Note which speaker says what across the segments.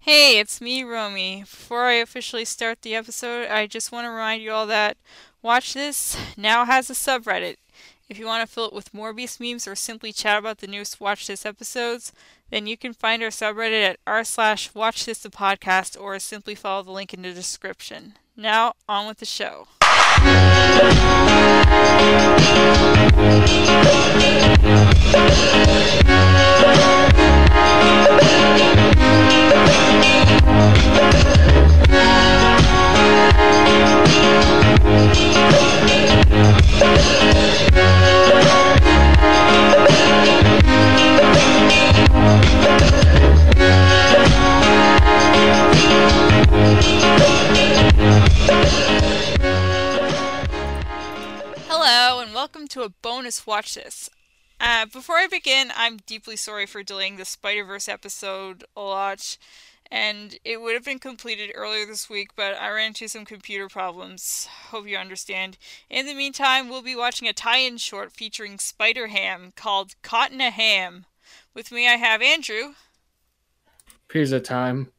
Speaker 1: Hey, it's me, Romy. Before I officially start the episode, I just want to remind you all that Watch This now has a subreddit. If you want to fill it with Morbius memes or simply chat about the newest Watch This episodes, then you can find our subreddit at r slash Watch This the podcast or simply follow the link in the description. Now, on with the show. Hello, and welcome to a bonus Watch This. Uh, before I begin, I'm deeply sorry for delaying the Spider Verse episode a lot, and it would have been completed earlier this week, but I ran into some computer problems. Hope you understand. In the meantime, we'll be watching a tie in short featuring Spider Ham called Cotton a Ham. With me, I have Andrew,
Speaker 2: Here's a time.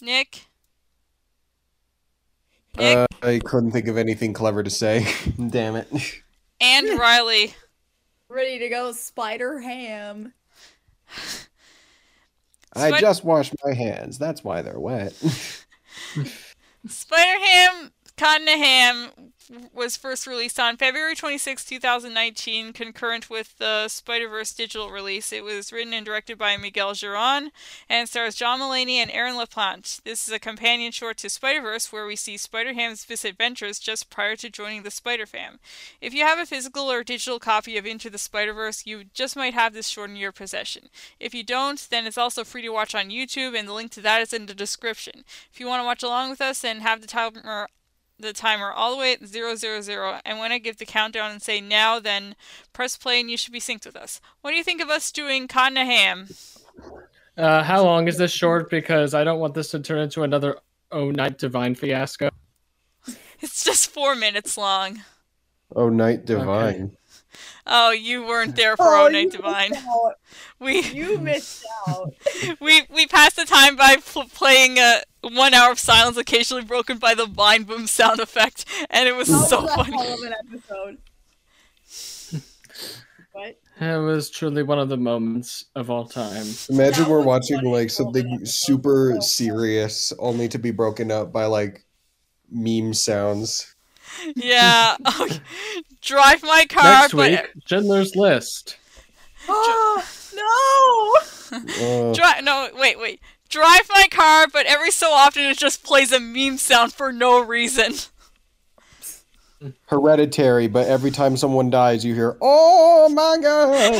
Speaker 1: Nick, Nick,
Speaker 3: Uh, I couldn't think of anything clever to say. Damn it.
Speaker 1: and Riley.
Speaker 4: Ready to go, Spider Ham.
Speaker 3: I
Speaker 1: Sweat-
Speaker 3: just washed my hands. That's why they're wet.
Speaker 1: Spider Ham Cotton to Ham was first released on February 26, 2019, concurrent with the Spider Verse digital release. It was written and directed by Miguel Giron and stars John Mulaney and Aaron LaPlante. This is a companion short to Spider Verse where we see Spider Ham's misadventures just prior to joining the Spider Fam. If you have a physical or digital copy of Into the Spider Verse, you just might have this short in your possession. If you don't, then it's also free to watch on YouTube, and the link to that is in the description. If you want to watch along with us, then have the timer the timer all the way at 000 and when I give the countdown and say now then press play and you should be synced with us. What do you think of us doing Cotton to Ham?
Speaker 2: Uh, how long is this short? Because I don't want this to turn into another Oh Night Divine fiasco.
Speaker 1: It's just 4 minutes long.
Speaker 3: oh, night divine.
Speaker 1: Oh, you weren't there for
Speaker 4: Oh,
Speaker 1: Oh
Speaker 4: you
Speaker 1: Night Divine.
Speaker 4: missed out.
Speaker 1: We
Speaker 4: You missed out.
Speaker 1: we we passed the time by pl- playing a 1 hour of silence occasionally broken by the blind boom sound effect and it was
Speaker 4: That
Speaker 1: so
Speaker 4: was a
Speaker 1: funny.
Speaker 4: hell of an episode. What?
Speaker 2: It was truly one of the moments of all time.
Speaker 3: Imagine
Speaker 4: That
Speaker 3: we're
Speaker 4: was
Speaker 3: watching
Speaker 4: funny.
Speaker 3: like something super serious, only to be broken up by like meme sounds.
Speaker 1: Yeah. Oh, Drive my car
Speaker 2: Next
Speaker 1: but
Speaker 2: week, Schindler's List.
Speaker 4: Oh, no!
Speaker 3: Uh,
Speaker 1: Dri no, wait, wait. Drive my car, but every so often it just plays a meme sound for no reason.
Speaker 3: hereditary, but every time someone dies, you hear, "Oh my god!"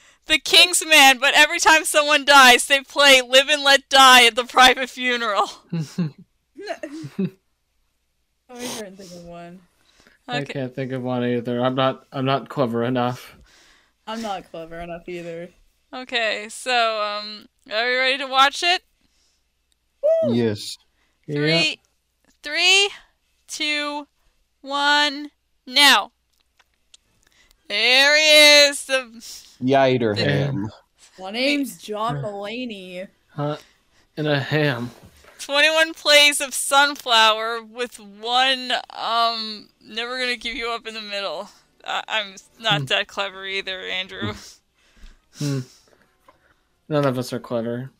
Speaker 1: The King's Man, but every time someone dies, they play Live and Let Die at the private funeral.
Speaker 4: Let me try and Oh, think of one.
Speaker 2: I
Speaker 1: Okay.
Speaker 2: can't think of one either. I'm not. I'm not clever enough.
Speaker 4: I'm not clever enough either.
Speaker 1: Okay, so, um, are we ready to watch it?
Speaker 3: yes.
Speaker 2: Yeah.
Speaker 1: Three, three, two, one, now. There he is. The,
Speaker 3: Yiderham.
Speaker 4: My name's John Mulaney.
Speaker 2: Huh? And a ham.
Speaker 1: 21 plays of sunflower with one um never gonna give you up in the middle I- i'm
Speaker 2: Hmm.
Speaker 1: not that clever either andrew
Speaker 2: None of us are clever.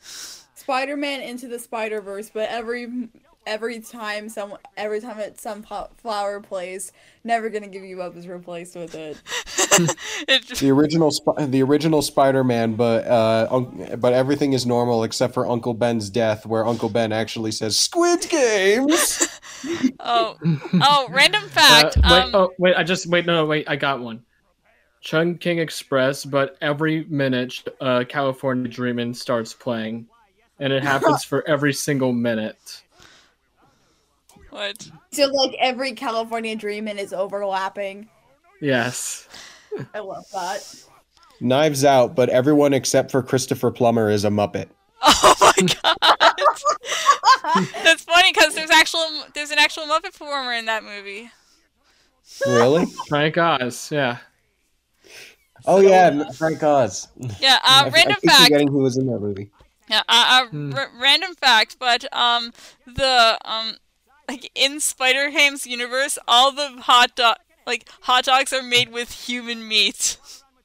Speaker 4: Spider Man into the Spider Verse, but every every time some every time it's some po- flower plays, never gonna give you up is replaced with it.
Speaker 1: it,
Speaker 3: The original, Sp- the original Spider-Man, but uh, un- but everything is normal except for Uncle Ben's death, where Uncle Ben actually says "Squid Games."
Speaker 1: oh oh random
Speaker 2: Uh,
Speaker 1: fact
Speaker 2: wait.
Speaker 1: um
Speaker 2: oh wait. I just wait. No. Wait. I got one. Chung King Express, but every minute, uh, California Dreamin' starts playing, and it happens for every single minute.
Speaker 1: what
Speaker 4: So like every California Dreamin' is overlapping.
Speaker 2: Yes.
Speaker 4: I love that.
Speaker 3: Knives Out, but everyone except for Christopher Plummer is a Muppet.
Speaker 1: oh my god that's funny because there's actual there's an actual muppet performer in that movie
Speaker 3: Really?
Speaker 2: Frank Oz, yeah.
Speaker 3: oh yeah, Frank Oz.
Speaker 1: yeah uh,
Speaker 3: I, I
Speaker 1: random
Speaker 3: keep
Speaker 1: uh, fact
Speaker 3: forgetting who was in that movie.
Speaker 1: Yeah, uh, uh,
Speaker 2: Hmm.
Speaker 1: r- random fact, but um, the um, like in Spider Ham's universe, all the hot dog like hot dogs are made with human meat.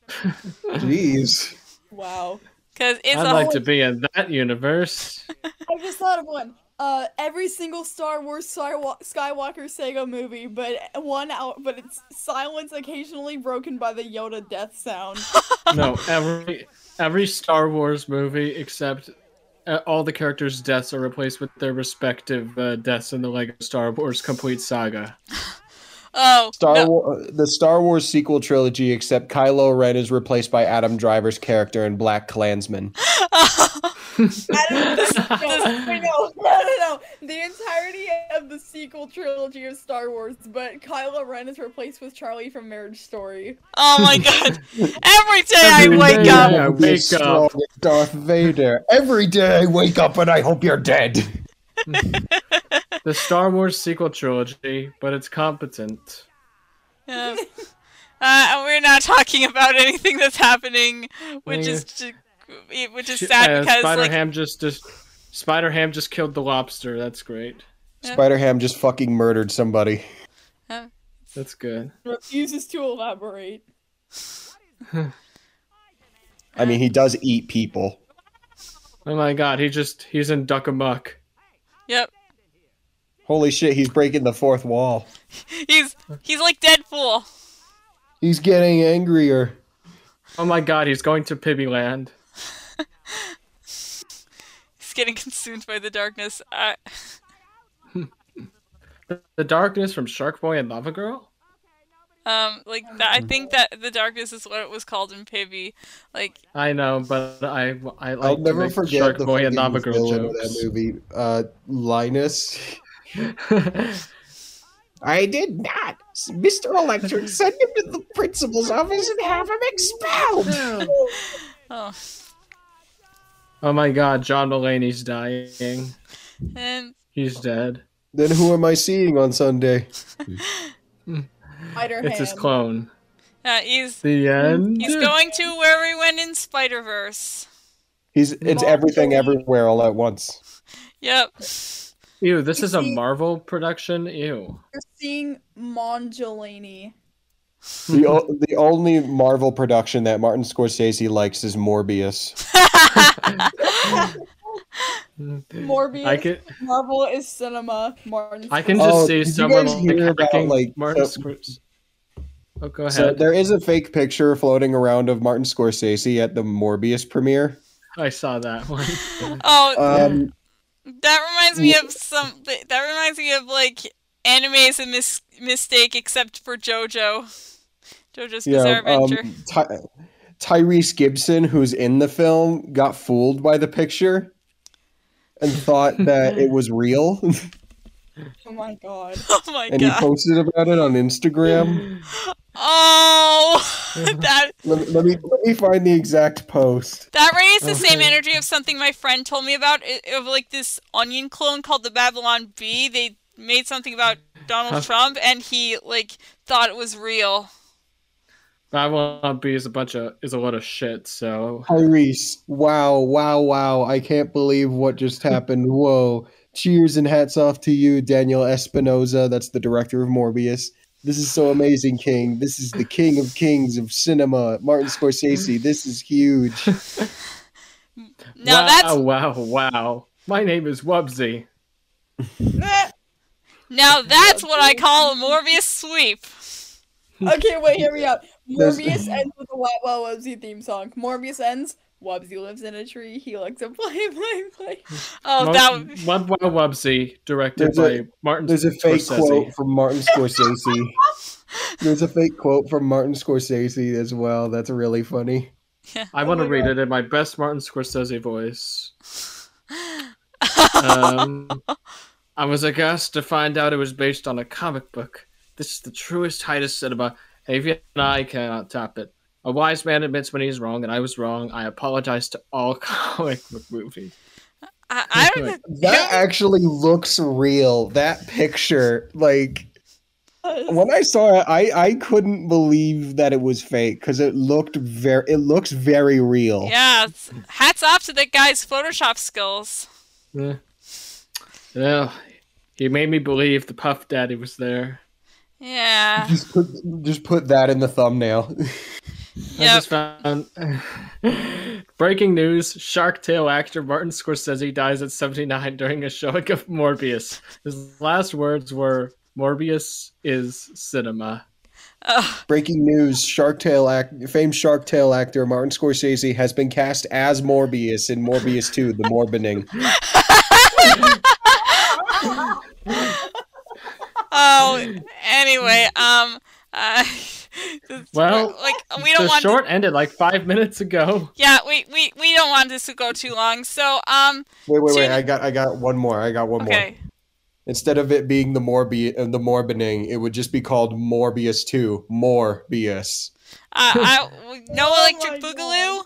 Speaker 3: Jeez.
Speaker 4: Wow.
Speaker 1: Cause it's
Speaker 2: I'd
Speaker 1: a
Speaker 2: like
Speaker 1: whole-
Speaker 2: to be in that universe.
Speaker 4: I just thought of one. Uh, every single Star Wars Skywa- Skywalker Sega movie, but one out, but it's silence occasionally broken by the Yoda death sound.
Speaker 2: No, every every Star Wars movie except uh, all the characters' deaths are replaced with their respective uh, deaths in the Lego Star Wars complete saga.
Speaker 1: oh
Speaker 3: Star
Speaker 1: no.
Speaker 3: War, the Star Wars sequel trilogy, except Kylo Ren is replaced by Adam Driver's character in Black Klansman.
Speaker 4: Adam, no, no, no, no, no. The entirety of the sequel trilogy of Star Wars, but Kylo Ren is replaced with Charlie from Marriage Story.
Speaker 1: oh my god! Every day I
Speaker 2: Every
Speaker 1: wake
Speaker 2: day
Speaker 1: up.
Speaker 2: I wake
Speaker 3: Strong
Speaker 2: up.
Speaker 3: Darth Vader. Every day I wake up and I hope you're dead.
Speaker 2: The Star Wars sequel trilogy, but it's competent.
Speaker 1: Yeah. Uh, we're not talking about anything that's happening, which is ju- it- which is sad because
Speaker 2: uh, Spider
Speaker 1: like
Speaker 2: Ham just, just Spider Ham just killed the lobster. That's great.
Speaker 3: Spider Ham just fucking murdered somebody.
Speaker 2: That's good.
Speaker 4: Refuses to elaborate.
Speaker 3: I mean, he does eat people.
Speaker 2: Oh my god, he just he's in Duck a Muck.
Speaker 1: yep,
Speaker 3: Holy shit, he's breaking the fourth wall.
Speaker 1: he's he's like Deadpool.
Speaker 3: He's getting angrier.
Speaker 2: Oh my god, he's going to Pibby Land.
Speaker 1: He's getting consumed by the darkness. Uh,
Speaker 2: The darkness from Shark Boy and Lava Girl?
Speaker 1: um, like that, I think
Speaker 3: Mm-hmm.
Speaker 1: that the darkness is what it was called in Pibby. Like
Speaker 2: I know, but I I like
Speaker 3: I'll
Speaker 2: to
Speaker 3: never
Speaker 2: make
Speaker 3: forget
Speaker 2: Shark
Speaker 3: the
Speaker 2: Boy and
Speaker 3: fucking
Speaker 2: Lava Girl
Speaker 3: villain of
Speaker 2: jokes.
Speaker 3: that movie. Uh, Linus. I did not. Mr. Electric, send him to the principal's office and have him expelled.
Speaker 1: oh,
Speaker 2: oh my god, John Mulaney's dying.
Speaker 1: and
Speaker 2: He's dead.
Speaker 3: then who am I seeing on Sunday?
Speaker 4: Spider
Speaker 2: It's his
Speaker 4: Ham.
Speaker 2: clone.
Speaker 1: uh, he's
Speaker 2: The end.
Speaker 1: he's going to where we went in Spider Verse.
Speaker 3: He's it's everything everywhere all at once.
Speaker 1: Yep.
Speaker 2: Ew, this is a
Speaker 4: See-
Speaker 2: Marvel production. Ew.
Speaker 4: You're seeing Mondolini.
Speaker 3: The, o- the only Marvel production that Martin Scorsese likes is Morbius.
Speaker 4: Morbius.
Speaker 2: I could
Speaker 4: Marvel is cinema. Martin.
Speaker 2: I can just
Speaker 3: Oh,
Speaker 2: see
Speaker 3: did you
Speaker 2: someone
Speaker 3: guys hear about,
Speaker 2: attacking
Speaker 3: like,
Speaker 2: Martin
Speaker 3: so-
Speaker 2: Scorsese. Oh, go ahead.
Speaker 3: So there is a fake picture floating around of Martin Scorsese at the Morbius premiere.
Speaker 2: I saw that one.
Speaker 1: Oh,
Speaker 3: Um,
Speaker 1: That reminds me of some. th- That reminds me of like anime is a mis- mistake except for JoJo. JoJo's
Speaker 3: yeah,
Speaker 1: Bizarre
Speaker 3: um,
Speaker 1: Adventure.
Speaker 3: Ty- Tyrese Gibson, who's in the film, got fooled by the picture and thought that it was real,
Speaker 4: Oh my god.
Speaker 1: oh my
Speaker 3: and he
Speaker 1: god.
Speaker 3: posted about it on Instagram.
Speaker 1: Oh, that
Speaker 3: let, let me let me find the exact post.
Speaker 1: that raised the same
Speaker 2: Okay.
Speaker 1: energy of something my friend told me about i- of like this onion clone called the Babylon Bee. They made something about Donald
Speaker 2: Huh.
Speaker 1: Trump, and he like thought it was real.
Speaker 2: Babylon B is a bunch of is a lot of shit. So
Speaker 3: Tyrese, wow, wow, wow! I can't believe what just happened. Whoa! Cheers and hats off to you, Daniel Espinosa. That's the director of Morbius. This is so amazing, King. This is the king of kings of cinema, Martin Scorsese. This is huge.
Speaker 1: Now
Speaker 2: wow,
Speaker 1: that's
Speaker 2: wow, wow. My name is Wubsy.
Speaker 1: now that's what I call a Morbius sweep.
Speaker 4: Okay, wait, hear me out.
Speaker 3: There's-
Speaker 4: Morbius ends with the Wow Wow Wubsy theme song. Morbius ends. Wubsy lives in a tree. He likes to play, play, play.
Speaker 1: Oh,
Speaker 2: Mo-
Speaker 1: that would
Speaker 2: Wub Wow Wubsy, directed
Speaker 3: There's a-
Speaker 2: by Martin
Speaker 3: There's a fake
Speaker 2: Scorsese.
Speaker 3: quote from Martin Scorsese. There's a fake quote from Martin Scorsese as well. That's really funny.
Speaker 2: I want to
Speaker 4: my
Speaker 2: read it in my best Martin Scorsese voice. um, I was aghast to find out it was based on a comic book. This is the truest height of cinema. Avian and I cannot top it. A wise man admits when he's wrong, and I was wrong. I apologize to all comic book movies.
Speaker 1: I, I don't.
Speaker 3: That actually looks real. That picture, like, when I saw it, I I couldn't believe that it was fake because it looked very it looks very real.
Speaker 1: Yeah, it's- hats off to that guy's Photoshop skills.
Speaker 2: Yeah. Eh. Well, he made me believe the Puff Daddy was there.
Speaker 1: Yeah.
Speaker 3: Just put just put that in the thumbnail.
Speaker 2: I
Speaker 1: Yep.
Speaker 2: just found breaking news: Shark Tale actor Martin Scorsese dies at 79 during a showing of Morbius. His last words were, "Morbius is cinema."
Speaker 1: Ugh.
Speaker 3: Breaking news: Shark Tale act, famed Shark Tale actor Martin Scorsese has been cast as Morbius in Morbius Two: The Morbining.
Speaker 1: Oh. Anyway. Um. Uh,
Speaker 2: Well,
Speaker 1: like we don't
Speaker 2: the
Speaker 1: want. to-
Speaker 2: short ended like five minutes ago.
Speaker 1: yeah. We, we we don't want this to go too long. So um.
Speaker 3: Wait, wait, wait!
Speaker 1: Two-
Speaker 3: I got I got one more. I got one more.
Speaker 1: Okay.
Speaker 3: Instead of it being the Morbi uh, the Morbining, it would just be called Morbius Two: Morbius.
Speaker 1: Uh, I, w- no
Speaker 4: Oh
Speaker 1: electric
Speaker 4: my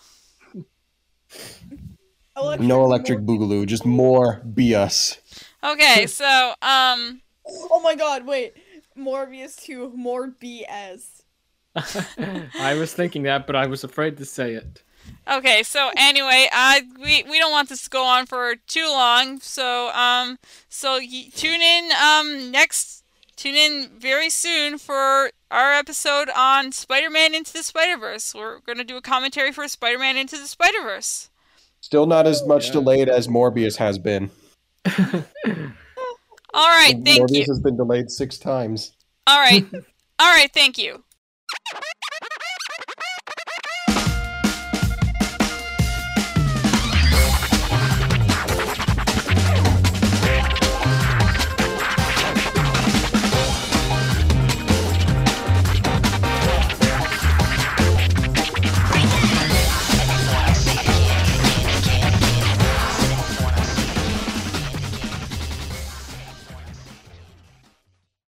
Speaker 1: boogaloo.
Speaker 3: No electric boogaloo, just more BS.
Speaker 1: Okay. So um.
Speaker 4: Oh my god, wait. Morbius 2, more BS.
Speaker 2: I was thinking that, but I was afraid to say it.
Speaker 1: Okay, so anyway, uh, we we don't want this to go on for too long, so um, so y- tune in um next, tune in very soon for our episode on Spider-Man Into the Spider-Verse. We're gonna do a commentary for Spider-Man Into the Spider-Verse.
Speaker 3: Still not as much
Speaker 2: Yeah.
Speaker 3: delayed as Morbius has been.
Speaker 1: All right, thank
Speaker 3: Morbius
Speaker 1: you.
Speaker 3: has been delayed six times.
Speaker 1: All right, all right, thank you.